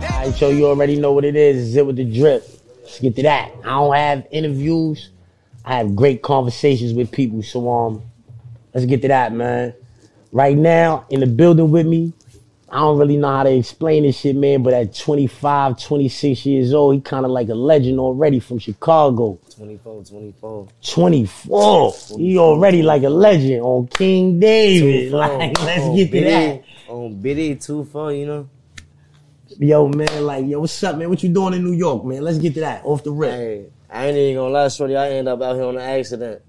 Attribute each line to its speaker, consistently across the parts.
Speaker 1: Pancho, you already know what it is. Zit with the drip. Let's get to that. I don't have interviews. I have great conversations with people. So um, let's get to that, man. Right now in the building with me, I don't really know how to explain this shit, man. But at 25, 26 years old, he kind of like a legend already from Chicago.
Speaker 2: 24, 24.
Speaker 1: 24. He already like a legend on King David.
Speaker 2: 24.
Speaker 1: Like, let's
Speaker 2: On
Speaker 1: get to
Speaker 2: Biddy-
Speaker 1: that.
Speaker 2: On Biddy, 24, you know?
Speaker 1: Yo, man, like, yo, what's up, man? What you doing in New York, man? Let's get to that off the rip.
Speaker 2: Hey, I ain't even gonna lie, Shorty. I end up out here on an accident.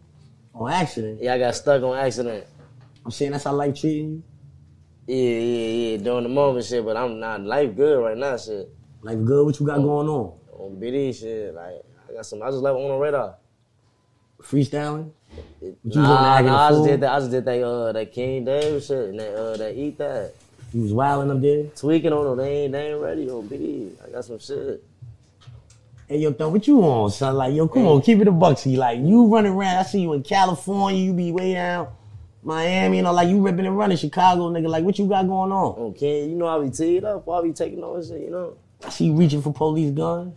Speaker 1: On accident.
Speaker 2: Yeah, I got stuck on accident.
Speaker 1: I'm saying that's how life treating you.
Speaker 2: Yeah, yeah, yeah. During the moment, shit, but I'm not life good right now, shit.
Speaker 1: Like, good, what you
Speaker 2: Oh.
Speaker 1: got going on?
Speaker 2: On BD, shit, like, I got some, I just left on the radar.
Speaker 1: Freestyling? was on the
Speaker 2: Nah,
Speaker 1: Agony
Speaker 2: nah, I just
Speaker 1: Fool?
Speaker 2: did that, I just did that, uh, that King Dave shit, and that, uh, that Eat That.
Speaker 1: You was wilding up there?
Speaker 2: Tweaking on them, they ain't, they ain't ready on BD. I got some shit.
Speaker 1: Hey, yo, thug, what you on, son? Like, yo, come on, keep it a bucksy. Like, you running around, I see you in California, you be way down Miami, you know, like, you ripping and running Chicago, nigga. Like, what you got going on?
Speaker 2: On King, you know, I be teed up, I be taking on shit, you know?
Speaker 1: I see you reaching for police guns.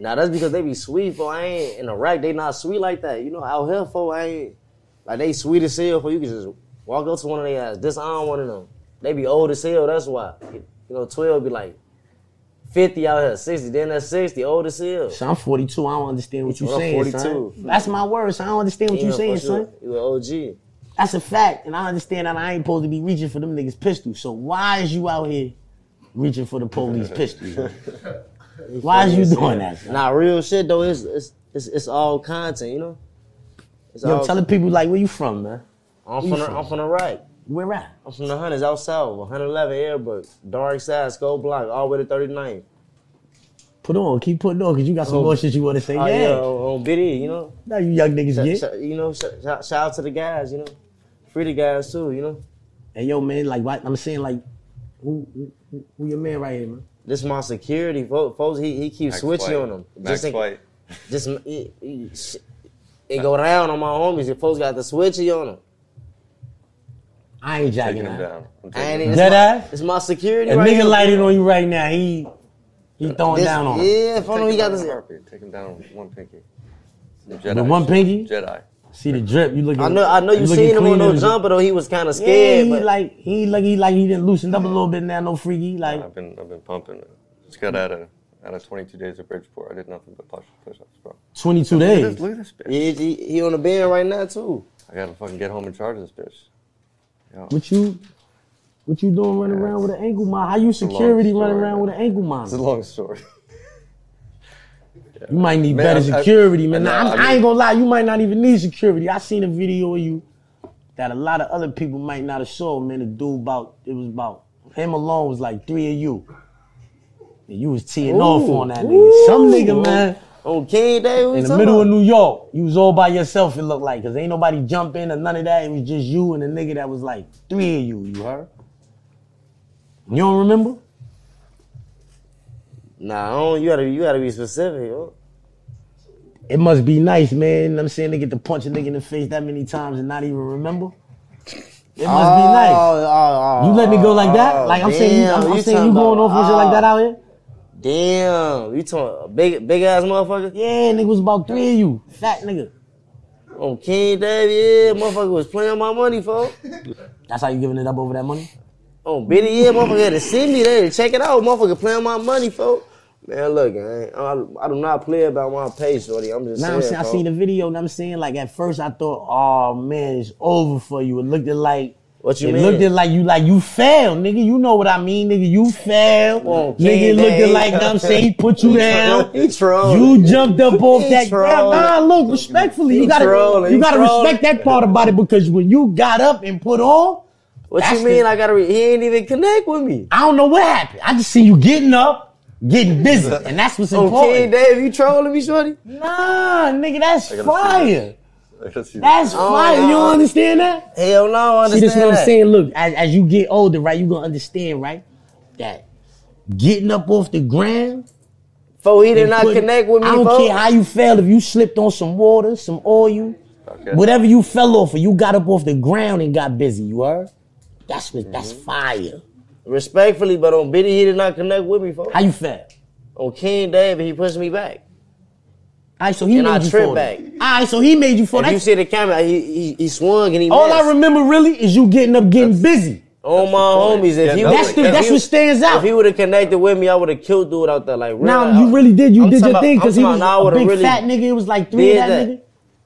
Speaker 2: Now that's because they be sweet, for I ain't in Iraq. They not sweet like that. You know, out here, for I ain't like they sweet as hell. For you can just walk up to one of their ass, disarm one of them. They be old as hell. That's why. You know, twelve be like fifty out here, sixty. Then that's sixty, old as hell.
Speaker 1: So I'm 42. I don't understand what you're
Speaker 2: Well, I'm
Speaker 1: saying,
Speaker 2: 42.
Speaker 1: son. That's my word. So I don't understand what
Speaker 2: Yeah,
Speaker 1: you're saying,
Speaker 2: for sure.
Speaker 1: son.
Speaker 2: You an OG?
Speaker 1: That's a fact, and I understand that I ain't supposed to be reaching for them niggas' pistols. So why is you out here reaching for the police pistols? why is you doing that? Son?
Speaker 2: Nah, real shit though. It's it's it's, it's all content. You know. It's
Speaker 1: Yo, telling people like, where you from, man?
Speaker 2: I'm from the, I'm from Iraq.
Speaker 1: Where at?
Speaker 2: I'm from the hundreds out south, 111 Airbrook, dark side, Skull Block, all the way to 39.
Speaker 1: Put on, keep putting on, cause you got some
Speaker 2: Oh.
Speaker 1: more shit you want to say.
Speaker 2: Oh
Speaker 1: yeah,
Speaker 2: yeah, on, on BD, you know.
Speaker 1: now you young niggas
Speaker 2: Shout-
Speaker 1: get.
Speaker 2: shout- you know, shout, shout, shout out to the guys, you know. Free the guys too, you know.
Speaker 1: Hey, yo, man, like, why, I'm saying, like, who, who, who- who your man right here, man?
Speaker 2: This my security fo- folks. He he keeps switching
Speaker 3: flight.
Speaker 2: on them.
Speaker 3: Next
Speaker 2: in-
Speaker 3: flight.
Speaker 2: just it, it, sh- it go down on my homies. The folks got the switchy on them.
Speaker 1: I ain't jacking
Speaker 3: Taking him
Speaker 1: that.
Speaker 3: down. I'm
Speaker 2: I
Speaker 3: taking
Speaker 2: ain't
Speaker 3: him
Speaker 2: it's
Speaker 1: Dead
Speaker 2: my,
Speaker 1: ass?
Speaker 2: It's my security.
Speaker 1: A
Speaker 2: right
Speaker 1: nigga
Speaker 2: here.
Speaker 1: lighted on you right now. He he throwing
Speaker 2: This-
Speaker 1: down on. him.
Speaker 2: Yeah,
Speaker 3: down.
Speaker 2: folks, he got
Speaker 3: Take him down on
Speaker 2: this.
Speaker 3: carpet. Take him down with one pinky. The
Speaker 1: With
Speaker 3: Jedi.
Speaker 1: one pinky?
Speaker 3: Jedi.
Speaker 1: See the drip. You looking?
Speaker 2: I know, I know you,
Speaker 1: looking
Speaker 2: seen him
Speaker 1: clean
Speaker 2: on no
Speaker 1: and-
Speaker 2: jumper though. He was kind of
Speaker 1: Yeah,
Speaker 2: scared,
Speaker 1: he
Speaker 2: but
Speaker 1: like he like he like he didn't loosened up a little bit now. No freaky like.
Speaker 3: I've been I've been pumping. Just got out of out of 22 days of Bridgeport. I did nothing but push push ups, bro.
Speaker 1: 22
Speaker 3: Look at this,
Speaker 1: days.
Speaker 3: look at this bitch.
Speaker 2: he, he, he on the bend right now too.
Speaker 3: I gotta fucking get home and charge this bitch. Yo,
Speaker 1: What you what you doing running around with an ankle monitor? How you
Speaker 3: a long
Speaker 1: security running
Speaker 3: story,
Speaker 1: around
Speaker 3: man.
Speaker 1: with an ankle
Speaker 3: it's
Speaker 1: monitor?
Speaker 3: a long story.
Speaker 1: You might need
Speaker 3: Man,
Speaker 1: better
Speaker 3: I- I-
Speaker 1: security, man.
Speaker 3: I
Speaker 1: Nah,
Speaker 3: know,
Speaker 1: I'm-
Speaker 3: I
Speaker 1: I ain't
Speaker 3: mean-
Speaker 1: gonna lie, you might not even need security. I seen a video of you that a lot of other people might not have saw, man. The dude about it was about him alone was like three of you. And you was teeing off on that nigga. Some nigga, man.
Speaker 2: On King Day,
Speaker 1: in the middle of New York, you was all by yourself, it looked like, because ain't nobody jumping or none of that. It was just you and the nigga that was like three of you, you heard? You don't remember?
Speaker 2: Nah, I don't, you gotta you gotta be specific. Yo.
Speaker 1: It must be nice, man. I'm saying they get to punch a nigga in the face that many times and not even remember. It must be nice.
Speaker 2: oh,
Speaker 1: You let me go like
Speaker 2: oh,
Speaker 1: that? Like I'm saying, you,
Speaker 2: damn,
Speaker 1: I'm, I'm
Speaker 2: you
Speaker 1: saying you
Speaker 2: talking
Speaker 1: going off
Speaker 2: about- oh,
Speaker 1: on shit like that out here?
Speaker 2: Damn, you talking a big big ass motherfucker?
Speaker 1: Yeah, nigga was about three of you, fat nigga.
Speaker 2: On King Dave, yeah, motherfucker was playing my money, folks.
Speaker 1: That's how you giving it up over that money?
Speaker 2: On Biddy, yeah, motherfucker had to send me there to check it out. Motherfucker playing my money, folks. Man, look, I, I, I do not play about my pay, shorty. I'm just
Speaker 1: Now I'm
Speaker 2: saying,
Speaker 1: saying, I
Speaker 2: folks.
Speaker 1: seen the video and I'm saying like at first I thought, oh man, it's over for you. It looked it like
Speaker 2: What you
Speaker 1: it
Speaker 2: mean?
Speaker 1: looked it like you like you failed, nigga. You know what I mean, nigga. You failed.
Speaker 2: Well,
Speaker 1: nigga, it
Speaker 2: King
Speaker 1: looked it
Speaker 2: Dave.
Speaker 1: like I'm saying he put you down.
Speaker 2: He trolling.
Speaker 1: You jumped up off
Speaker 2: He
Speaker 1: that.
Speaker 2: Oh, trolling.
Speaker 1: Nah, look, respectfully, you
Speaker 2: He
Speaker 1: gotta
Speaker 2: trolling.
Speaker 1: you
Speaker 2: He
Speaker 1: gotta
Speaker 2: trolling.
Speaker 1: respect that part about it because when you got up and put on,
Speaker 2: what
Speaker 1: That's
Speaker 2: you mean?
Speaker 1: the-
Speaker 2: I gotta. Re- he ain't even connect with me.
Speaker 1: I don't know what happened. I just seen you getting up, getting busy, and that's what's
Speaker 2: On King
Speaker 1: important.
Speaker 2: Dave, you trolling me, shorty?
Speaker 1: Nah, nigga, that's
Speaker 3: I gotta see
Speaker 1: fire.
Speaker 3: I gotta see
Speaker 1: That's
Speaker 2: Oh,
Speaker 1: fire. You
Speaker 2: nah.
Speaker 1: don't understand that?
Speaker 2: Hell no, I
Speaker 1: See,
Speaker 2: understand
Speaker 1: this is what I'm
Speaker 2: that.
Speaker 1: saying. Look, as, as you get older, right, you're gonna understand, right? That getting up off the ground.
Speaker 2: Fo, he did
Speaker 1: and
Speaker 2: not
Speaker 1: putting-
Speaker 2: connect with me,
Speaker 1: I don't
Speaker 2: folks.
Speaker 1: care how you fell, if you slipped on some water, some oil,
Speaker 3: Okay.
Speaker 1: whatever you fell off of, you got up off the ground and got busy, you heard?
Speaker 2: Mm-hmm.
Speaker 1: That's what that's fire.
Speaker 2: Respectfully, but on Biddy, he did not connect with me, folks.
Speaker 1: How you fell?
Speaker 2: on King David, he pushed me back.
Speaker 1: Oh, All right, so he
Speaker 2: And
Speaker 1: made
Speaker 2: I
Speaker 1: you
Speaker 2: tripped
Speaker 1: fall.
Speaker 2: back.
Speaker 1: All right, so he made you fall.
Speaker 2: If you
Speaker 1: That's,
Speaker 2: see the camera, he he, he swung and he.
Speaker 1: all I
Speaker 2: missed.
Speaker 1: remember really is you getting up, getting busy.
Speaker 2: on my
Speaker 3: That's the
Speaker 2: homies. If
Speaker 3: point.
Speaker 2: he
Speaker 3: Yeah,
Speaker 2: was-
Speaker 1: That's the,
Speaker 2: if
Speaker 1: that's
Speaker 2: he
Speaker 1: what stands
Speaker 2: If
Speaker 1: out.
Speaker 2: he would have connected with me, I would have killed dude out there. Like, real,
Speaker 1: Now you really did. You
Speaker 2: I'm
Speaker 1: did
Speaker 2: talking
Speaker 1: your
Speaker 2: about-
Speaker 1: thing because
Speaker 2: I'm
Speaker 1: he was
Speaker 2: talking about
Speaker 1: a
Speaker 2: now I
Speaker 1: big
Speaker 2: would've
Speaker 1: fat
Speaker 2: really
Speaker 1: nigga. It was like three of
Speaker 2: did
Speaker 1: that,
Speaker 2: that.
Speaker 1: nigga.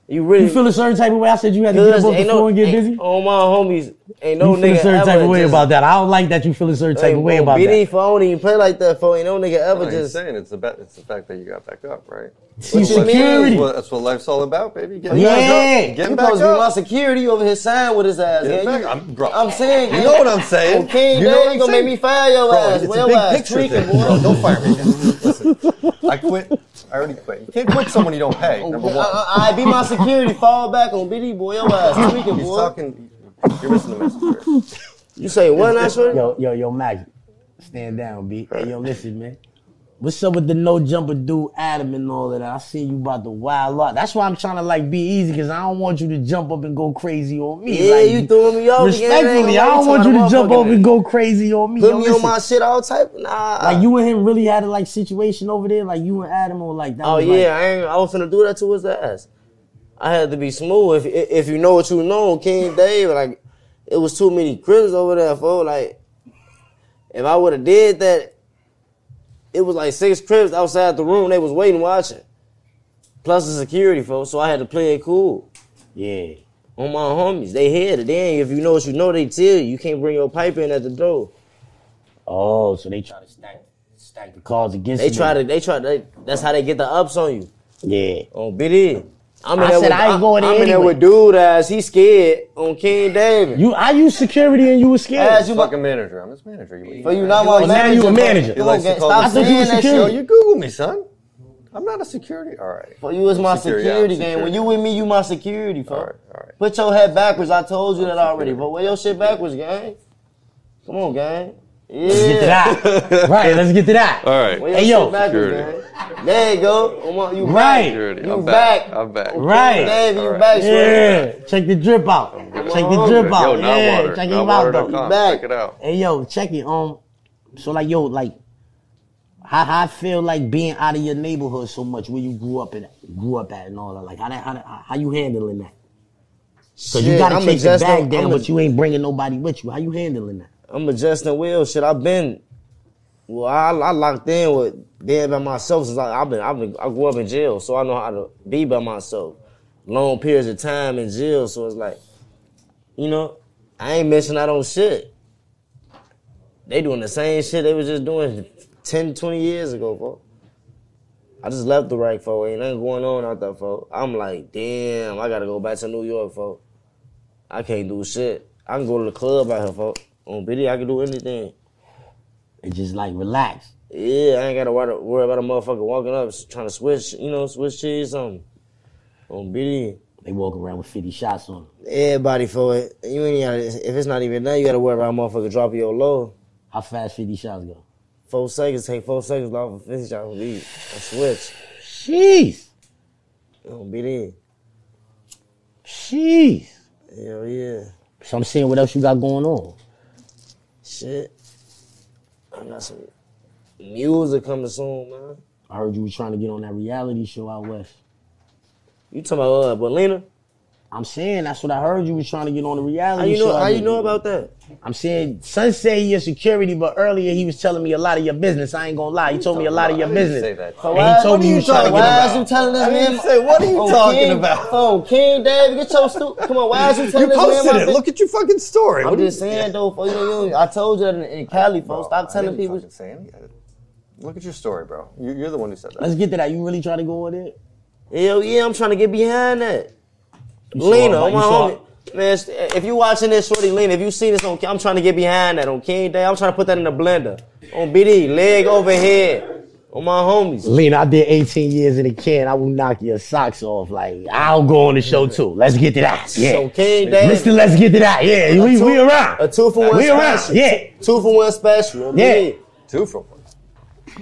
Speaker 2: You really
Speaker 1: You feel a certain type of way. I said you had to get up
Speaker 2: Cuz
Speaker 1: off the
Speaker 2: ain't
Speaker 1: floor and get
Speaker 2: ain't-
Speaker 1: busy.
Speaker 2: On my homies, ain't no
Speaker 1: You feel a
Speaker 2: nigga
Speaker 1: certain
Speaker 2: ever
Speaker 1: type of way
Speaker 2: just,
Speaker 1: about that. I don't like that you feel a certain type of way about
Speaker 2: Biddy
Speaker 1: that.
Speaker 2: phone, he play like that phone. Ain't no nigga ever
Speaker 3: I ain't
Speaker 2: just.
Speaker 3: saying it's the ba- it's the fact that you got back up, right?
Speaker 1: See,
Speaker 3: That's what-
Speaker 1: security.
Speaker 3: That's what, that's what life's all about, baby. Get
Speaker 1: Yeah.
Speaker 3: back up.
Speaker 2: You
Speaker 3: Get back
Speaker 2: supposed to be my
Speaker 3: up.
Speaker 2: security over his sign with his ass.
Speaker 3: Get
Speaker 2: Yeah,
Speaker 3: back.
Speaker 2: you-
Speaker 3: I'm, bro,
Speaker 2: I'm saying,
Speaker 3: You know what I'm saying.
Speaker 2: Okay,
Speaker 3: you know what I'm
Speaker 2: gonna
Speaker 3: saying?
Speaker 2: make me fire your
Speaker 3: Bro,
Speaker 2: ass.
Speaker 3: it's
Speaker 2: Well, uh, your
Speaker 3: a big
Speaker 2: ass
Speaker 3: picture
Speaker 2: tweaking,
Speaker 3: thing.
Speaker 2: boy.
Speaker 3: Bro, don't fire me. Listen, I quit. I already quit. You can't quit someone you don't pay, number
Speaker 2: I,
Speaker 3: one.
Speaker 2: I, I be my security. Fall back on Biddy, boy. Your ass tweaking,
Speaker 3: He's
Speaker 2: boy.
Speaker 3: talking. You're missing the message. here.
Speaker 2: uh, You say what, Ashford?
Speaker 1: Yo, yo, yo, Magic. Stand down, B. Hey, yo, listen, man. What's up with the no jumper dude, Adam, and all of that? I seen you about the wild lot. That's why I'm trying to like be easy, cause I don't want you to jump up and go crazy on me.
Speaker 2: Yeah,
Speaker 1: like,
Speaker 2: you throwing me off. again.
Speaker 1: Respectfully, I don't want you to jump up and go crazy on me.
Speaker 2: Put
Speaker 1: Yo,
Speaker 2: me on
Speaker 1: listen.
Speaker 2: my shit all type. Nah.
Speaker 1: Like you and him really had a like situation over there, like you and Adam or like that.
Speaker 2: oh
Speaker 1: was,
Speaker 2: yeah,
Speaker 1: like,
Speaker 2: I ain't, I was finna do that to his ass. I had to be smooth. If if you know what you know, King Dave, like it was too many critters over there, fool. Like if I would have did that, it was like six crips outside the room. They was waiting, watching. Plus the security, folks. So I had to play it cool.
Speaker 1: yeah.
Speaker 2: on my homies. They had it. Then if you know what you know, they tell you. You can't bring your pipe in at the door.
Speaker 1: Oh, so they try to stack stack the cards against
Speaker 2: They
Speaker 1: you.
Speaker 2: try to. They try. They, that's how they get the ups on you.
Speaker 1: Yeah.
Speaker 2: On BD. Oh, I'm
Speaker 1: I said I ain't going
Speaker 2: I'm
Speaker 1: in
Speaker 2: in there
Speaker 1: anyway.
Speaker 2: with dude ass. He scared on King David.
Speaker 1: You, I used security and you were scared.
Speaker 2: ass,
Speaker 3: You
Speaker 2: you my,
Speaker 3: fucking manager. I'm his manager. You,
Speaker 2: but you not
Speaker 1: Oh,
Speaker 2: my
Speaker 1: now you a
Speaker 2: bro.
Speaker 1: manager. He
Speaker 2: Come
Speaker 3: likes
Speaker 2: on,
Speaker 3: to call
Speaker 2: stop
Speaker 3: you- I
Speaker 1: thought you was
Speaker 2: saying that
Speaker 1: security.
Speaker 3: Yo,
Speaker 2: shit.
Speaker 3: you Google me, son. I'm not a security. All right.
Speaker 2: For you is my security,
Speaker 3: yeah, I'm
Speaker 2: gang. When you with me, you my security, folks.
Speaker 3: All right, all right.
Speaker 2: Put your head backwards. I told you that already.
Speaker 3: security.
Speaker 2: But wear your shit backwards, gang. Come on, gang. Yeah.
Speaker 1: Let's get to that. right. Let's get to that.
Speaker 3: All right.
Speaker 2: Well,
Speaker 1: Hey,
Speaker 2: your
Speaker 1: yo.
Speaker 2: shit backwards,
Speaker 3: Security.
Speaker 2: man. There you go. Come on, you
Speaker 1: Right.
Speaker 2: back.
Speaker 3: Security.
Speaker 2: You
Speaker 3: I'm back.
Speaker 2: back.
Speaker 3: I'm back.
Speaker 1: Right.
Speaker 2: Dave, you
Speaker 3: Alright.
Speaker 2: back, Shorty.
Speaker 1: Yeah. Check the drip out. Check the
Speaker 2: on,
Speaker 1: drip
Speaker 3: Yo,
Speaker 1: out.
Speaker 3: not
Speaker 1: yeah.
Speaker 3: water.
Speaker 1: Check
Speaker 3: not
Speaker 1: him out though.
Speaker 3: water.com.
Speaker 2: Back.
Speaker 3: Check it out.
Speaker 1: Hey yo, check it. Um, so like yo, like how, how I feel like being out of your neighborhood so much where you grew up in, grew up at and all that. Like how that, how, that, how you handling that? Cause you
Speaker 2: Shit,
Speaker 1: gotta
Speaker 2: I'm
Speaker 1: chase the
Speaker 2: adjusting-
Speaker 1: bag down,
Speaker 2: I'm
Speaker 1: but you ain't bringing nobody with you. How you handling that?
Speaker 2: I'm adjusting well. Shit, I've been. Well, I, I locked in with being by myself since I, I've been. I've been. I grew up in jail, so I know how to be by myself. Long periods of time in jail, so it's like, you know, I ain't missing out on shit. They doing the same shit they was just doing 10, 20 years ago, folks. I just left the right, folks. Ain't nothing going on out there, folks. I'm like, damn, I gotta go back to New York, folks. I can't do shit. I can go to the club out here, folks. On BD, I can do anything.
Speaker 1: It's just like relax.
Speaker 2: Yeah, I ain't gotta worry, worry about a motherfucker walking up s- trying to switch, you know, switch cheese something. On BD,
Speaker 1: They walk around with 50 shots on them.
Speaker 2: everybody for it. You ain't gotta, if it's not even that, you gotta worry about a motherfucker dropping your low.
Speaker 1: How fast 50 shots go?
Speaker 2: Four seconds, take four seconds off of 50 shot on BD. A switch.
Speaker 1: Jeez.
Speaker 2: On BD.
Speaker 1: Jeez.
Speaker 2: Hell yeah.
Speaker 1: So I'm seeing what else you got going on.
Speaker 2: Shit. I got some music coming soon, man.
Speaker 1: I heard you was trying to get on that reality show out west.
Speaker 2: You talking about uh, Belina?
Speaker 1: I'm saying that's what I heard you was trying to get on the reality
Speaker 2: How you
Speaker 1: show.
Speaker 2: know?
Speaker 1: out
Speaker 2: How you
Speaker 1: there.
Speaker 2: know about that?
Speaker 1: I'm saying, son say your security, but earlier he was telling me a lot of your business. I ain't gonna lie. He told me a lot of your
Speaker 3: I didn't Say
Speaker 1: business.
Speaker 3: that.
Speaker 1: And he told
Speaker 2: what
Speaker 1: me
Speaker 2: are
Speaker 1: he
Speaker 2: you
Speaker 1: was trying to get
Speaker 2: talking- Why is
Speaker 1: about.
Speaker 2: you telling this
Speaker 3: I
Speaker 2: man?
Speaker 3: didn't say, what are you talking
Speaker 2: King,
Speaker 3: about?
Speaker 2: Oh, King David, get your stupid. Come on, why is you
Speaker 3: You
Speaker 2: telling this man?
Speaker 3: posted
Speaker 2: about
Speaker 3: it.
Speaker 2: this?
Speaker 3: Look at your fucking story.
Speaker 2: I'm
Speaker 3: What do you-
Speaker 2: just saying though, for you, know, you- I told you that in, in Cali, folks.
Speaker 3: Bro,
Speaker 2: Stop
Speaker 3: I
Speaker 2: telling
Speaker 3: didn't
Speaker 2: people.
Speaker 3: fucking say any of it. Look at your story, bro. You- You're the one who said that.
Speaker 1: Let's get to that. You really trying to go on it?
Speaker 2: Hell yeah, I'm trying to get behind that.
Speaker 1: saw it,
Speaker 2: Lena, on
Speaker 1: you
Speaker 2: my
Speaker 1: saw it.
Speaker 2: homie. Man, it's- if you watching this, shorty Lena, if you seen this on, I'm trying to get behind that on King Day. I'm trying to put that in the blender on BD, leg over head on my homies.
Speaker 1: Lean, I did 18 years in the can. I will knock your socks off. Like I'll go on the show too. Let's get to that.
Speaker 2: So
Speaker 1: Yeah.
Speaker 2: King David,
Speaker 1: Listen, let's get to that. Yeah, we,
Speaker 2: two-
Speaker 1: we around.
Speaker 2: a two for one
Speaker 1: We around.
Speaker 2: special.
Speaker 1: Yeah.
Speaker 2: two for one special. on
Speaker 1: Yeah.
Speaker 2: BD.
Speaker 3: Two from one.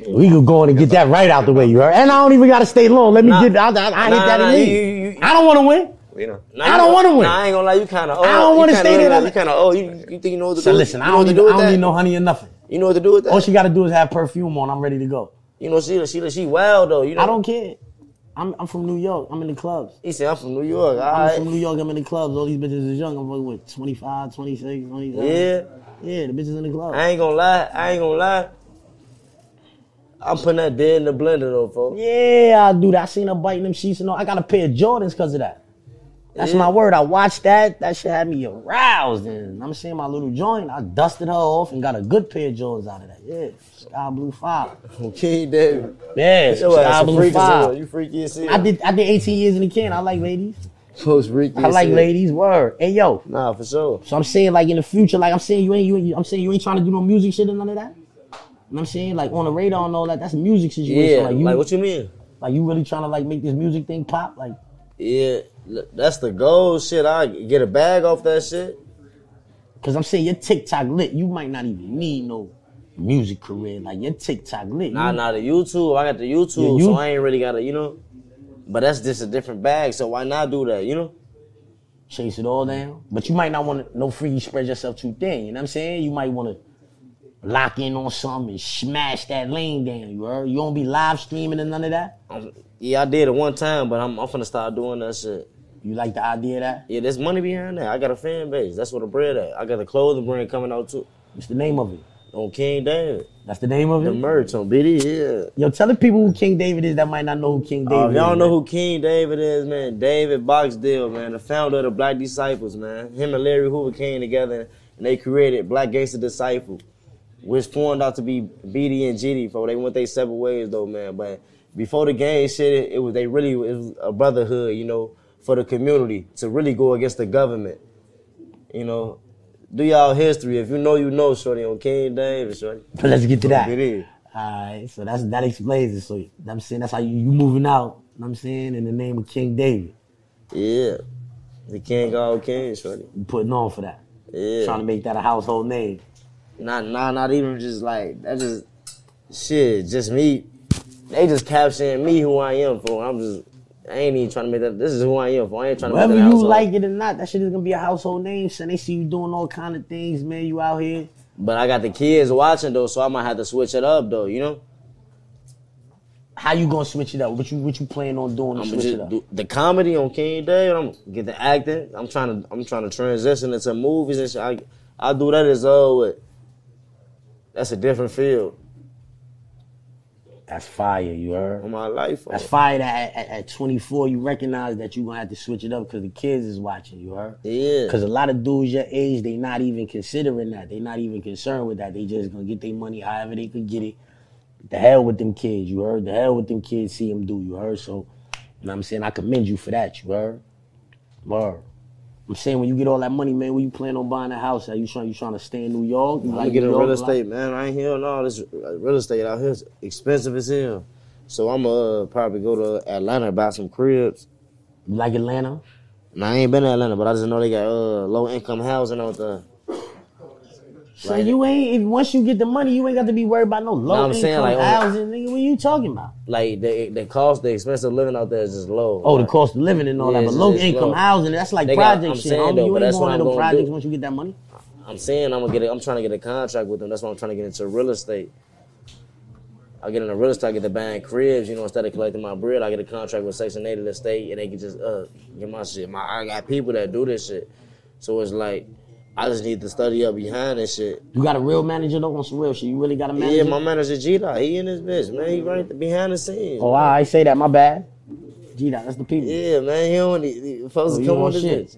Speaker 1: We could go in and get that right out the way, you heard? And I don't even gotta stay long. Let me
Speaker 2: Nah.
Speaker 1: get I, I, I hit
Speaker 2: Nah,
Speaker 1: that
Speaker 2: nah,
Speaker 1: and leave.
Speaker 2: you- you- you-
Speaker 1: I don't wanna win.
Speaker 3: Lena.
Speaker 1: I don't wanna win.
Speaker 2: Nah, I ain't gonna lie, you kind of old.
Speaker 1: I don't wanna
Speaker 2: You kinda
Speaker 1: stay there
Speaker 2: old.
Speaker 1: that-
Speaker 2: You kind of old. You, you think you know what to
Speaker 1: So
Speaker 2: do?
Speaker 1: listen, I
Speaker 2: you know
Speaker 1: don't,
Speaker 2: what to
Speaker 1: need,
Speaker 2: do
Speaker 1: I
Speaker 2: with
Speaker 1: don't
Speaker 2: that?
Speaker 1: need no honey or nothing.
Speaker 2: You know what to do with that?
Speaker 1: All she gotta do is have perfume on. I'm ready to go.
Speaker 2: You know, Oh, she she she wild though. You know,
Speaker 1: I don't care. I'm, I'm from New York. I'm in the clubs.
Speaker 2: He said I'm from New York. All
Speaker 1: I'm
Speaker 2: right.
Speaker 1: from New York. I'm in the clubs. All these bitches is young. I'm fucking with 25, 26, 27.
Speaker 2: yeah,
Speaker 1: Yeah, the bitches in the club.
Speaker 2: I ain't gonna lie. I ain't gonna lie. I'm putting that bed in the blender though, folks.
Speaker 1: Yeah, dude, I seen her biting them sheets and all. I got a pair of Jordans because of that. That's
Speaker 2: Yeah.
Speaker 1: my word. I watched that. That shit had me aroused. And I'm seeing my little joint. I dusted her off and got a good pair of Jordans out of that. Yeah, sky blue five.
Speaker 2: Okay, David.
Speaker 1: Yeah,
Speaker 2: Yo,
Speaker 1: sky
Speaker 2: ass a
Speaker 1: blue
Speaker 2: freak as hell.
Speaker 1: five.
Speaker 2: You freaky as hell.
Speaker 1: I did. I did 18 years in the can. I like ladies.
Speaker 2: Most freaky.
Speaker 1: I
Speaker 2: as
Speaker 1: like
Speaker 2: hell.
Speaker 1: ladies. Word. Hey yo.
Speaker 2: Nah, for sure.
Speaker 1: So I'm saying like in the future, like I'm saying you ain't you. ain't- I'm saying you ain't trying to do no music shit and none of that. And I'm saying like on the radar and all that. That's a music situation.
Speaker 2: Yeah.
Speaker 1: like you,
Speaker 2: like what you mean?
Speaker 1: like you really trying to like make this music thing pop. Like
Speaker 2: Yeah, look, that's the goal. Shit, I get a bag off that shit.
Speaker 1: Cause I'm saying your TikTok lit. You might not even need no music career. Like your TikTok lit.
Speaker 2: Nah,
Speaker 1: You-
Speaker 2: nah, the YouTube. I got the YouTube,
Speaker 1: Mm-hmm. Yeah, you-
Speaker 2: so I ain't really got to, you know. But that's just a different bag, so why not do that, you know?
Speaker 1: Chase it all down. But you might not want to no free you spread yourself too thin. You know what I'm saying? You might want to lock in on something and smash that lane down. You heard? You don't be live streaming and none of that.
Speaker 2: I'm, yeah, I did it one time, but I'm, I'm finna start doing that shit.
Speaker 1: You like the idea of that?
Speaker 2: Yeah, there's money behind that. I got a fan base. That's where the bread at. I got a clothing brand coming out too.
Speaker 1: What's the name of it?
Speaker 2: On King David.
Speaker 1: That's the name of
Speaker 2: The
Speaker 1: it.
Speaker 2: merch on BD, yeah.
Speaker 1: Yo, tell the people who King David is that might not Oh, know who King David
Speaker 2: Uh, if
Speaker 1: is.
Speaker 2: y'all
Speaker 1: man.
Speaker 2: know who King David is, man. David Boxdale, man, the founder of the Black Disciples, man. Him and Larry Hoover came together and they created Black Gangster Disciple, which formed out to be BD and GD. For they went their separate ways though, man. But before the gang shit, it was they really it was a brotherhood, you know, for the community to really go against the government. You know, do y'all history. If you know, you know, shorty. On King David, shorty.
Speaker 1: But let's get to that.
Speaker 2: It is.
Speaker 1: Alright, so that's that explains it. So you know what I'm saying that's how you, you moving out. You know what I'm saying in the name of King David.
Speaker 2: Yeah. The King all King, shorty.
Speaker 1: You putting on for that.
Speaker 2: Yeah.
Speaker 1: Trying to make that a household name.
Speaker 2: Not, not, not even just like that. Just shit, just me. They just capturing me who I am for. I'm just, I ain't even trying to make that. This is who I am for. I ain't trying to
Speaker 1: Whether
Speaker 2: make that
Speaker 1: you
Speaker 2: household.
Speaker 1: like it or not, that shit is gonna be a household name. Son, they see you doing all kind of things, man. You out here.
Speaker 2: But I got the kids watching though, so I might have to switch it up though. You know,
Speaker 1: How you gonna switch it up? What you what you plan on doing to
Speaker 2: I'm
Speaker 1: switch it
Speaker 2: just
Speaker 1: up?
Speaker 2: do the comedy on King David. I'm get the acting. I'm trying to, I'm trying to transition into movies and shit. I, I do that as well. With, that's a different field
Speaker 1: That's fire, you heard?
Speaker 2: of my life.
Speaker 1: That's fire that at, at, at 24 you recognize that you gonna have to switch it up because the kids is watching, you heard?
Speaker 2: Yeah.
Speaker 1: Because a lot of dudes your age, they not even considering that. They not even concerned with that. They just gonna get their money however they can get it. The hell with them kids, you heard? The hell with them kids see them do, you heard? So, you know what I'm saying? I commend you for that, you heard? Word. I'm saying when you get all that money, man, when you plan on buying a house, are you trying you trying to stay in New York? You
Speaker 2: I'm
Speaker 1: like
Speaker 2: getting
Speaker 1: New York
Speaker 2: real
Speaker 1: a lot?
Speaker 2: estate, man. I ain't here on all this like, real estate out here. It's expensive as hell. So I'm gonna uh, probably go to Atlanta and buy some cribs.
Speaker 1: You like Atlanta?
Speaker 2: And I ain't been to Atlanta, but I just know they got uh, low income housing out there.
Speaker 1: So
Speaker 2: Like-
Speaker 1: you ain't if once you get the money, you ain't got to be worried about no low
Speaker 2: I'm
Speaker 1: income
Speaker 2: saying, like, on-
Speaker 1: housing, nigga. What you talking about?
Speaker 2: Like the the cost, the expense of living out there is just low.
Speaker 1: Oh, the cost of living and all
Speaker 2: Yeah,
Speaker 1: that, but
Speaker 2: it's-
Speaker 1: low
Speaker 2: it's
Speaker 1: income
Speaker 2: low.
Speaker 1: housing, that's like
Speaker 2: They got-
Speaker 1: project
Speaker 2: I'm
Speaker 1: shit.
Speaker 2: saying
Speaker 1: homie.
Speaker 2: though,
Speaker 1: you
Speaker 2: but
Speaker 1: ain't
Speaker 2: that's
Speaker 1: going
Speaker 2: what
Speaker 1: to
Speaker 2: I'm
Speaker 1: no
Speaker 2: gonna
Speaker 1: projects
Speaker 2: do.
Speaker 1: once you get that money.
Speaker 2: I'm saying I'm gonna get. A, I'm trying to get a contract with them. That's why I'm trying to get into real estate. I get into real estate. I get the buying cribs. You know, instead of collecting my bread, I get a contract with Section Eight of the state, and they can just uh get my shit. My I got people that do this shit, so it's like I just need to study up behind this shit.
Speaker 1: You got a real manager though on some real shit. You really got a manager.
Speaker 2: Yeah, my manager G Dot, he in this bitch, man. He right behind the scenes.
Speaker 1: oh, I say that. My bad. G dot, that's the people.
Speaker 2: Yeah, man. He on the, the folks
Speaker 1: Oh, you
Speaker 2: come
Speaker 1: on
Speaker 2: on this
Speaker 1: shit.
Speaker 2: bitch.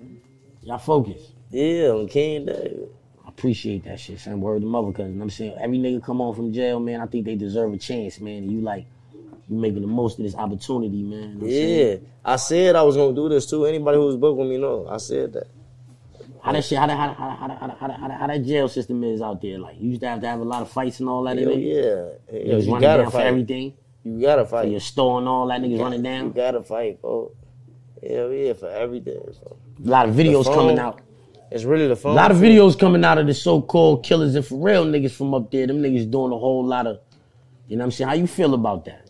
Speaker 1: Y'all focus.
Speaker 2: Yeah, on King David.
Speaker 1: I appreciate that shit, son. Word to mother, cousin. I'm saying every nigga come home from jail, man. I think they deserve a chance, man. And you like, you making the most of this opportunity, man. You know what I'm saying?
Speaker 2: Yeah, I said I was gonna do this too. Anybody who's booked with me know I said that.
Speaker 1: How that shit, how that, how that, how that, how that, how that, how that, how that, how that jail system is out there. Like, you used to have to have a lot of fights and all that. in
Speaker 2: Hell
Speaker 1: it.
Speaker 2: yeah, Hell,
Speaker 1: Niggas
Speaker 2: you
Speaker 1: running
Speaker 2: gotta
Speaker 1: down for
Speaker 2: fight.
Speaker 1: everything.
Speaker 2: You gotta
Speaker 1: For
Speaker 2: fight.
Speaker 1: your store and all that niggas
Speaker 2: You
Speaker 1: running
Speaker 2: got- You
Speaker 1: down.
Speaker 2: gotta fight, bro. Hell yeah, for everything. Bro.
Speaker 1: A lot of videos
Speaker 2: phone.
Speaker 1: coming out.
Speaker 2: It's really the
Speaker 1: A
Speaker 2: phone.
Speaker 1: lot of
Speaker 2: too.
Speaker 1: videos coming out of the so-called killers and for real niggas from up there. Them niggas doing a whole lot of, you know what I'm saying? How you feel about that?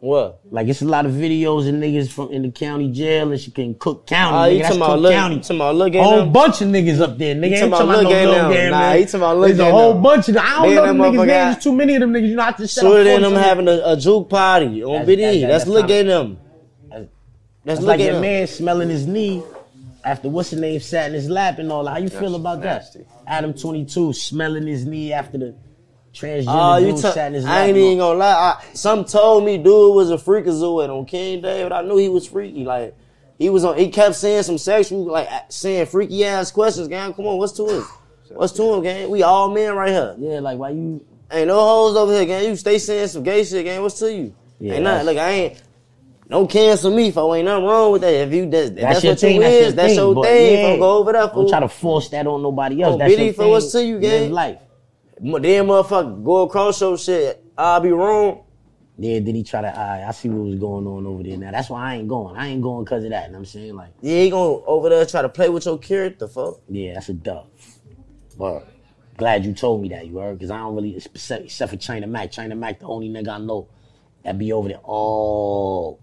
Speaker 2: What?
Speaker 1: Like it's a lot of videos and niggas from in the county jail and she can Cook County.
Speaker 2: Oh,
Speaker 1: nigga,
Speaker 2: you
Speaker 1: that's
Speaker 2: talking about
Speaker 1: Cook
Speaker 2: Lil-
Speaker 1: County.
Speaker 2: you talking about Lil Gang
Speaker 1: Whole
Speaker 2: them?
Speaker 1: bunch of niggas up there. Nigga, ain't talking
Speaker 2: talking about
Speaker 1: about no
Speaker 2: Lil Gang
Speaker 1: Lil
Speaker 2: them?
Speaker 1: Gang.
Speaker 2: Nah,
Speaker 1: man.
Speaker 2: you talking about Lil
Speaker 1: There's a
Speaker 2: Gang
Speaker 1: whole
Speaker 2: them.
Speaker 1: bunch of them. I
Speaker 2: Man,
Speaker 1: don't know them
Speaker 2: them
Speaker 1: niggas'
Speaker 2: motherfucker
Speaker 1: names.
Speaker 2: got-
Speaker 1: There's too many of them niggas. You know, I just shut
Speaker 2: Shooter
Speaker 1: up.
Speaker 2: than them having a, a juke party on
Speaker 1: That's-
Speaker 2: BD.
Speaker 1: that's-
Speaker 2: That's,
Speaker 1: that's
Speaker 2: Lil
Speaker 1: kinda-
Speaker 2: Gang them. That's
Speaker 1: It's
Speaker 2: Lil
Speaker 1: like
Speaker 2: Gang
Speaker 1: your
Speaker 2: them.
Speaker 1: man smelling his knee after what's the name sat in his lap and all. that. How you feel about
Speaker 3: nasty.
Speaker 1: that? Adam 22 smelling his knee after the transgender
Speaker 2: Oh, you
Speaker 1: dude
Speaker 2: ta-
Speaker 1: sat in his lap.
Speaker 2: I ain't
Speaker 1: and all.
Speaker 2: even gonna lie. I, some told me dude was a freakazoid on King David. I knew he was freaky. Like he was on. He kept saying some sexual, like saying freaky ass questions. Gang, come on, what's to him? What's to him, gang? We all men right here.
Speaker 1: Yeah, like why you?
Speaker 2: Ain't no hoes over here, gang. You stay saying some gay shit, gang. What's to you?
Speaker 1: Yeah,
Speaker 2: ain't nothing.
Speaker 1: that's-
Speaker 2: Look, I ain't. Don't cancel me, fo. Ain't nothing wrong with that. If you that, if that's,
Speaker 1: your
Speaker 2: what
Speaker 1: thing,
Speaker 2: you
Speaker 1: that's
Speaker 2: is,
Speaker 1: your
Speaker 2: that's
Speaker 1: thing,
Speaker 2: your
Speaker 1: but
Speaker 2: thing.
Speaker 1: yeah.
Speaker 2: Fo. Go over that,
Speaker 1: Don't
Speaker 2: fo.
Speaker 1: try to force that on nobody else.
Speaker 2: Oh,
Speaker 1: That's
Speaker 2: Biddy,
Speaker 1: your
Speaker 2: for
Speaker 1: thing.
Speaker 2: what's to you,
Speaker 1: Live
Speaker 2: gang?
Speaker 1: life.
Speaker 2: Mo- Then motherfucker go across your shit. I'll be wrong.
Speaker 1: Yeah, then he try to eye. I see what was going on over there now. That's why I ain't going. I ain't going because of that. And I'm saying like,
Speaker 2: Yeah, he gonna over there try to play with your character, fuck.
Speaker 1: yeah, that's a dub. But glad you told me that, you heard? Because I don't really, except except for China Mac. China Mac, the only nigga I know that be over there. Oh,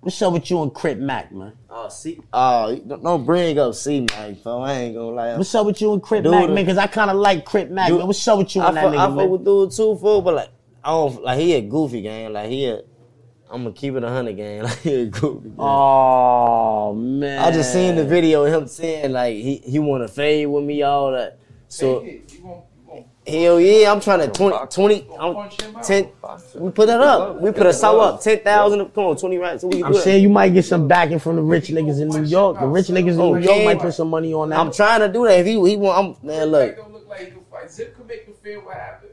Speaker 1: what's up with you and Crip Mac, man?
Speaker 2: Oh, see. Oh, you don't, don't bring up C Mac, fo. I ain't gonna lie.
Speaker 1: What's up with you and Crip
Speaker 2: Dude,
Speaker 1: Mac, man? Because I kind of like Crip Mac,
Speaker 2: dude,
Speaker 1: man. What's up with you
Speaker 2: I
Speaker 1: and that
Speaker 2: fuck, I
Speaker 1: nigga,
Speaker 2: fuck
Speaker 1: man?
Speaker 2: with dude too, fool, but like, I don't, like, he a goofy gang. Like, he a, I'm gonna keep it a hundred gang. Like, he a goofy gang.
Speaker 1: Oh man,
Speaker 2: I just seen the video of him saying, like, he, he wanna fade with me, all that. So, hell yeah, I'm trying to 20, 20 I'm, 10, we put that up. We put a sell up, 10,000, come on, 20 racks. so we can
Speaker 1: I'm
Speaker 2: do that.
Speaker 1: saying you might get some backing from the rich niggas in New York. The rich niggas in
Speaker 2: Oh,
Speaker 1: New York
Speaker 2: yeah.
Speaker 1: might put some money on that.
Speaker 2: I'm trying to do that. If he, he want, I'm, man, look,
Speaker 4: Don't look like he can fight. Zip could make me feel what happened.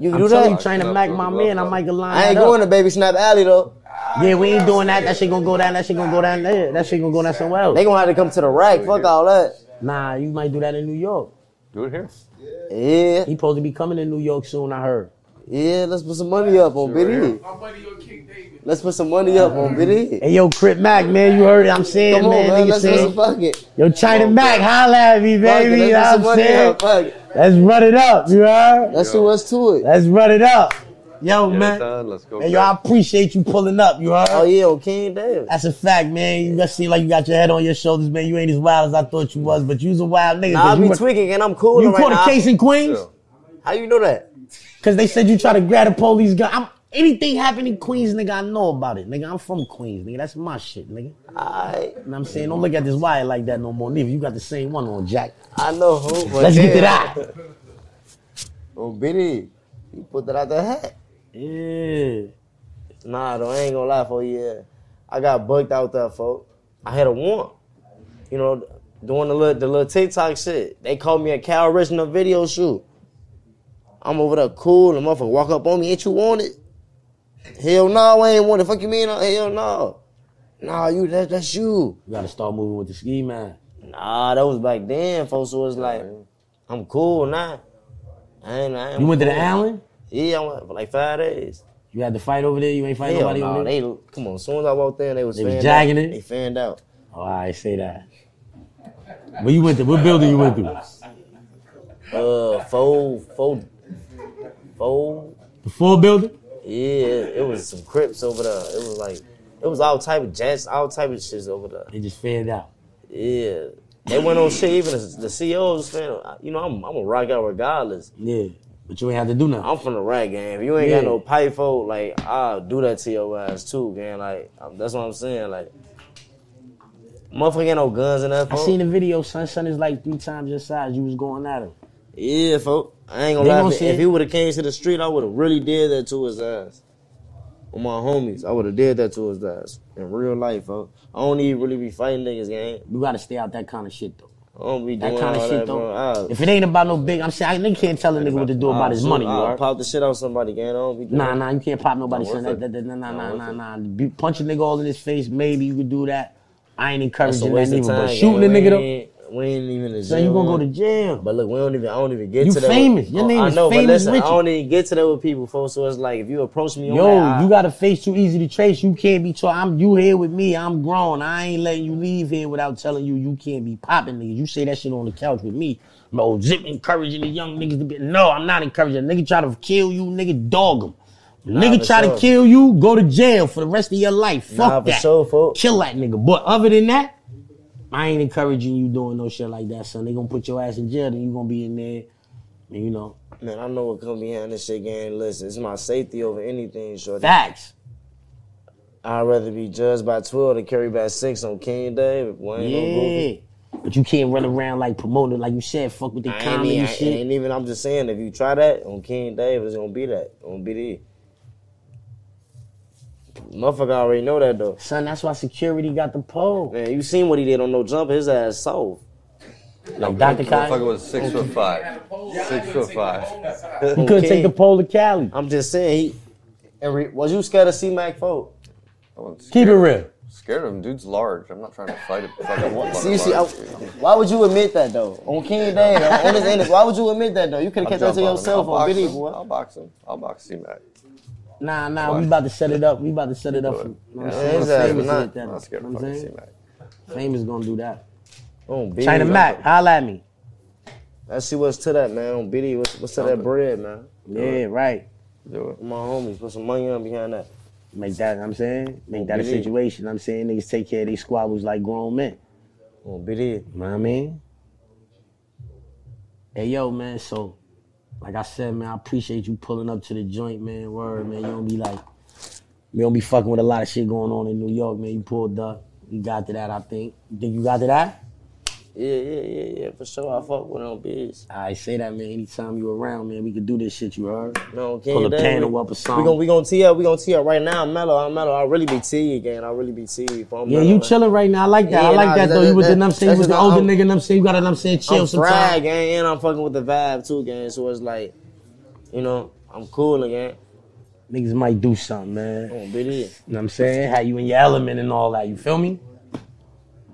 Speaker 2: you can
Speaker 1: I'm
Speaker 2: do
Speaker 1: telling you,
Speaker 2: that.
Speaker 1: trying to Mac my man, I might get lined
Speaker 2: I ain't
Speaker 1: up.
Speaker 2: going to Baby Snap Alley, though.
Speaker 1: Yeah, we ain't doing that. That shit gonna go down. That shit gonna go down there. That shit gonna go down somewhere
Speaker 2: They
Speaker 1: else.
Speaker 2: gonna have to come to the rack. Fuck all that.
Speaker 1: Nah, you might do that in New York.
Speaker 3: Do it here.
Speaker 2: Yeah,
Speaker 1: He supposed to be coming to New York soon. I heard.
Speaker 2: yeah, let's put some money up on BD.
Speaker 4: My money on King David.
Speaker 2: Let's put some money up on BD.
Speaker 1: Hey, yo, Crip Mac, man, you heard it. I'm saying,
Speaker 2: Come on,
Speaker 1: man.
Speaker 2: man.
Speaker 1: nigga
Speaker 2: Let's, let's
Speaker 1: saying,
Speaker 2: fuck it.
Speaker 1: yo, China Mac, holla at me,
Speaker 2: Fuck it.
Speaker 1: baby. You know
Speaker 2: Let's
Speaker 1: what
Speaker 2: put some
Speaker 1: I'm
Speaker 2: money
Speaker 1: saying?
Speaker 2: up. Fuck it.
Speaker 1: Let's run it up. You heard?
Speaker 2: Let's see what's to it.
Speaker 1: Let's run it up. Yo,
Speaker 3: Get it
Speaker 1: man.
Speaker 3: done. Let's go.
Speaker 1: Man, yo, I appreciate you pulling up. You heard?
Speaker 2: Oh yeah, on King David.
Speaker 1: That's a fact, man. You just seem like you got your head on your shoulders, man. You ain't as wild as I thought you was, but you's a wild nigga.
Speaker 2: Nah, I
Speaker 1: 'cause you
Speaker 2: be
Speaker 1: were-
Speaker 2: tweaking and I'm cool
Speaker 1: you
Speaker 2: right
Speaker 1: caught
Speaker 2: now.
Speaker 1: a case in Queens?
Speaker 3: Yeah.
Speaker 2: How you know that?
Speaker 1: Cause they said you try to grab a police gun. I'm anything happen in Queens, nigga, I know about it. Nigga, I'm from Queens, nigga. That's my shit, nigga.
Speaker 2: I
Speaker 1: And I'm saying, don't look at this wire like that no more. Neither you got the same one on Jack.
Speaker 2: I know who. But
Speaker 1: Let's get
Speaker 2: damn,
Speaker 1: to that.
Speaker 2: On BD, you put that out the hat.
Speaker 1: Yeah.
Speaker 2: Nah, though, I ain't gonna lie for you. yeah. I got bugged out there, folk. I had a warrant. You know, doing the little, the little TikTok shit. They called me a cow rich in a video shoot. I'm over there cool, and the motherfucker walk up on me, ain't you want it? Hell no, I ain't want it. Fuck you mean? uh, Hell no. Nah, you, that, that's you.
Speaker 1: You gotta start moving with the ski man.
Speaker 2: Nah, that was back then, folks. So it's like, I'm cool now. I ain't, I ain't
Speaker 1: You went to the
Speaker 2: cool.
Speaker 1: island?
Speaker 2: Yeah, I went for like five days.
Speaker 1: You had to fight over there. You ain't fighting
Speaker 2: Hell
Speaker 1: nobody
Speaker 2: no,
Speaker 1: over there.
Speaker 2: they come on. As soon as I walked in, they was
Speaker 1: They was
Speaker 2: fanned
Speaker 1: jagging
Speaker 2: out.
Speaker 1: it?
Speaker 2: They fanned out.
Speaker 1: Oh, I say that. Where you went to? What building you went to?
Speaker 2: Uh, four, four, four.
Speaker 1: The full building?
Speaker 2: Yeah, it, it was some Crips over there. It was like, it was all type of jets, all type of shits over there.
Speaker 1: They just fanned out.
Speaker 2: Yeah, they went on shit. Even the, the CEOs was fanned out. You know, I'm I'm a rock out regardless.
Speaker 1: Yeah. But you ain't have to do nothing.
Speaker 2: I'm from the rap game. If you ain't
Speaker 1: Yeah.
Speaker 2: got no pipe folk, like I'll do that to your ass too, gang. Like um, that's what I'm saying. Like, motherfucker ain't no guns in that.
Speaker 1: I
Speaker 2: folk.
Speaker 1: seen the video, son. Son is like three times your size. You was going at him.
Speaker 2: Yeah, folk. I ain't
Speaker 1: They
Speaker 2: gonna lie.
Speaker 1: gonna
Speaker 2: if,
Speaker 1: see
Speaker 2: if
Speaker 1: it.
Speaker 2: he would have came to the street, I would have really did that to his ass. With my homies, I would have did that to his ass in real life, folk. I don't even really be fighting niggas, gang.
Speaker 1: You gotta stay out that kind of shit though.
Speaker 2: I don't be doing
Speaker 1: That kind
Speaker 2: all
Speaker 1: of shit
Speaker 2: that, bro.
Speaker 1: though.
Speaker 2: I'll-
Speaker 1: If it ain't about no big, I'm saying I nigga can't tell a nigga what to do
Speaker 2: I'll
Speaker 1: about his
Speaker 2: shoot-
Speaker 1: money. you
Speaker 2: I'll
Speaker 1: heard?
Speaker 2: pop the shit out somebody, gang. I don't be doing
Speaker 1: Nah, nah, you can't pop nobody. Son.
Speaker 3: worth
Speaker 1: That, that,
Speaker 3: it.
Speaker 1: that, nah, nah,
Speaker 3: Not
Speaker 1: nah,
Speaker 3: worth
Speaker 1: nah, nah. Be- Punch a nigga all in his face, maybe you could do that. I ain't
Speaker 2: That's a
Speaker 1: encouraging that
Speaker 2: waste
Speaker 1: neither.
Speaker 2: of time.
Speaker 1: But shooting a
Speaker 2: gang.
Speaker 1: nigga
Speaker 2: We
Speaker 1: though,
Speaker 2: ain't- We ain't even in the
Speaker 1: son, you
Speaker 2: jail,
Speaker 1: gonna go to
Speaker 2: man.
Speaker 1: jail.
Speaker 2: But look, we don't even. I don't even get
Speaker 1: You
Speaker 2: to that.
Speaker 1: famous.
Speaker 2: With, Oh,
Speaker 1: Your name
Speaker 2: I
Speaker 1: is
Speaker 2: know, but
Speaker 1: famous
Speaker 2: listen, I
Speaker 1: Richard.
Speaker 2: don't even get to that with people, folks. So it's like if you approach me, on that,
Speaker 1: Yo,
Speaker 2: I-
Speaker 1: you got a face too easy to trace. You can't be. Tra- I'm you here with me. I'm grown. I ain't letting you leave here without telling you you can't be popping niggas. You say that shit on the couch with me. Bro, zip encouraging the young niggas to be. No, I'm not encouraging. Nigga try to kill you. Nigga dog him. nigga
Speaker 2: for
Speaker 1: try
Speaker 2: sure.
Speaker 1: to kill you, go to jail for the rest of your life. Fuck
Speaker 2: Nah, for
Speaker 1: that.
Speaker 2: sure, folks.
Speaker 1: Kill that nigga. But other than that, I ain't encouraging you doing no shit like that, son. They gonna put your ass in jail, then you gonna be in there, and you know,
Speaker 2: Man, I know what come behind this shit game. Listen, it's my safety over anything, shorty.
Speaker 1: facts.
Speaker 2: I'd rather be judged by 12 than carry by 6 on King David. Boy, ain't no goofy.
Speaker 1: Yeah. But you can't run around like promoting, like you said, fuck with the
Speaker 2: I ain't,
Speaker 1: comedy
Speaker 2: e- I
Speaker 1: and shit.
Speaker 2: ain't even, I'm just saying, if you try that on King David, it's gonna be that. It's gonna be there. Motherfucker already know that, though.
Speaker 1: Son, that's why security got the pole.
Speaker 2: Man, you seen what he did on No Jumper. His ass soft.
Speaker 1: Like Dr.
Speaker 3: Motherfucker
Speaker 1: Kai.
Speaker 3: was six foot five. Six foot five.
Speaker 1: He couldn't take the pole to Cali.
Speaker 2: I'm just saying, he. and re- was you scared of C-Mac folk?
Speaker 3: I wasn't scared.
Speaker 1: Keep it real.
Speaker 3: Scared of him. Dude's large. I'm not trying to fight him. Fucking large.
Speaker 2: See, see, I, why would you admit that though? On King David, on his end, why would you admit that though? You could have
Speaker 3: I'll
Speaker 2: kept that to
Speaker 3: jump on him. I'll
Speaker 2: yourself on
Speaker 3: box
Speaker 2: Billy
Speaker 3: him.
Speaker 2: boy.
Speaker 3: I'll box him. I'll box C-Mac.
Speaker 1: Nah, nah,
Speaker 3: Why?
Speaker 1: we about to set it up. We about to set it up for.
Speaker 3: Good.
Speaker 1: You know what I'm
Speaker 3: Yeah,
Speaker 1: saying?
Speaker 2: exactly.
Speaker 1: Famous
Speaker 2: Not-
Speaker 1: did that.
Speaker 3: I'm not scared
Speaker 1: You
Speaker 3: of
Speaker 1: know what I'm
Speaker 3: fucking
Speaker 1: saying?
Speaker 3: C-Mac.
Speaker 1: Famous gonna do that.
Speaker 2: On Billy,
Speaker 1: China Mac, holla at me.
Speaker 2: Let's see what's to that man. On Billy, what's, what's to that bread, man?
Speaker 1: Yeah, right.
Speaker 3: Do it.
Speaker 2: My homies, put some money on behind that.
Speaker 1: Make that, I'm saying, make that a
Speaker 2: Believe.
Speaker 1: situation. I'm saying niggas take care of these squabbles like grown men.
Speaker 2: On Billy,
Speaker 1: You know what I mean? Hey, yo, man, so, like I said, man, I appreciate you pulling up to the joint, man. Word, man. You don't be like, you don't be fucking with a lot of shit going on in New York, man. You pulled up. You got to that, I think. You think you got to that?
Speaker 2: yeah, yeah, yeah, yeah, for sure. I fuck with on Billy's.
Speaker 1: I say that, man. Anytime you around, man, we could do this shit, you heard?
Speaker 2: No, on King
Speaker 1: Pull a
Speaker 2: David.
Speaker 1: panel up or
Speaker 2: We
Speaker 1: something.
Speaker 2: gon' we gon' tee up. We gon' tee up right now. I'm mellow. I'm mellow. I really be tee again. I really be tee. bro. I'm
Speaker 1: Yeah,
Speaker 2: mellow,
Speaker 1: you
Speaker 2: man.
Speaker 1: chilling right now. I like that. I
Speaker 2: Yeah,
Speaker 1: like
Speaker 2: nah,
Speaker 1: that,
Speaker 2: that-
Speaker 1: though. You
Speaker 2: that-
Speaker 1: with the,
Speaker 2: that-
Speaker 1: I'm saying, you
Speaker 2: that's
Speaker 1: was the
Speaker 2: just-
Speaker 1: older
Speaker 2: I'm-
Speaker 1: nigga, I'm saying, you got it, I'm saying, chill
Speaker 2: I'm fried,
Speaker 1: sometimes.
Speaker 2: gang, and I'm fucking with the vibe too, gang. So it's like, you know, I'm cool again.
Speaker 1: Niggas might do something, man.
Speaker 2: On Billy.
Speaker 1: You know what I'm saying? How you in your element and all that. You feel me?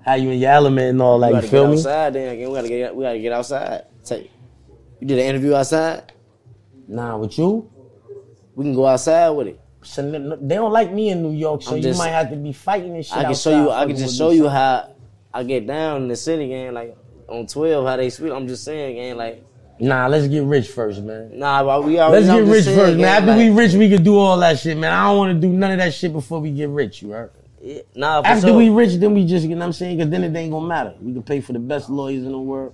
Speaker 1: How you in your element and all that.
Speaker 2: We
Speaker 1: You
Speaker 2: gotta
Speaker 1: feel
Speaker 2: get
Speaker 1: me?
Speaker 2: outside then again. We gotta get we gotta get outside. Take you did an interview outside?
Speaker 1: Nah, with you,
Speaker 2: We can go outside with it.
Speaker 1: so n- n- they don't like me in New York, so
Speaker 2: I'm
Speaker 1: you
Speaker 2: just-
Speaker 1: might have to be fighting and shit.
Speaker 2: I can
Speaker 1: outside
Speaker 2: show you I
Speaker 1: fucking
Speaker 2: can just
Speaker 1: with
Speaker 2: show
Speaker 1: me.
Speaker 2: you how I get down in the city gang, like on twelve, how they sweet. I'm just saying, gang, like
Speaker 1: Nah, let's get rich first, man.
Speaker 2: nah, but we already.
Speaker 1: Let's
Speaker 2: I'm
Speaker 1: get
Speaker 2: just
Speaker 1: rich
Speaker 2: saying,
Speaker 1: first, man.
Speaker 2: gang,
Speaker 1: After
Speaker 2: like,
Speaker 1: we rich, we can do all that shit, man. I don't want to do none of that shit before we get rich, you heard?
Speaker 2: yeah, nah, for
Speaker 1: After
Speaker 2: sure.
Speaker 1: we rich, then we just, you know what I'm saying? Because then it ain't going to matter. We can pay for the best lawyers in the world.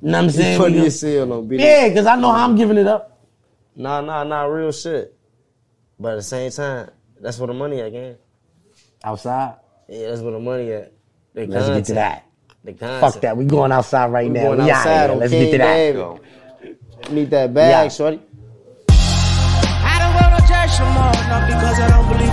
Speaker 1: You know what I'm
Speaker 2: You
Speaker 1: saying? We
Speaker 2: funny
Speaker 1: gonna-
Speaker 2: as hell, no, bitch.
Speaker 1: Yeah, because I know how I'm giving it up.
Speaker 2: Nah, nah, nah, real shit. But at the same time, that's where the money at, gang.
Speaker 1: Outside?
Speaker 2: Yeah, that's where the money at. The
Speaker 1: Let's get to
Speaker 2: content,
Speaker 1: that.
Speaker 2: The content.
Speaker 1: Fuck that. We going outside right
Speaker 2: We
Speaker 1: now.
Speaker 2: going
Speaker 1: We outta
Speaker 2: outside
Speaker 1: here.
Speaker 2: on
Speaker 1: Let's
Speaker 2: King
Speaker 1: get to that.
Speaker 2: David.
Speaker 3: Go.
Speaker 2: Need that bag,
Speaker 1: Yeah.
Speaker 2: shorty.
Speaker 5: I don't wanna church no more, not because I don't believe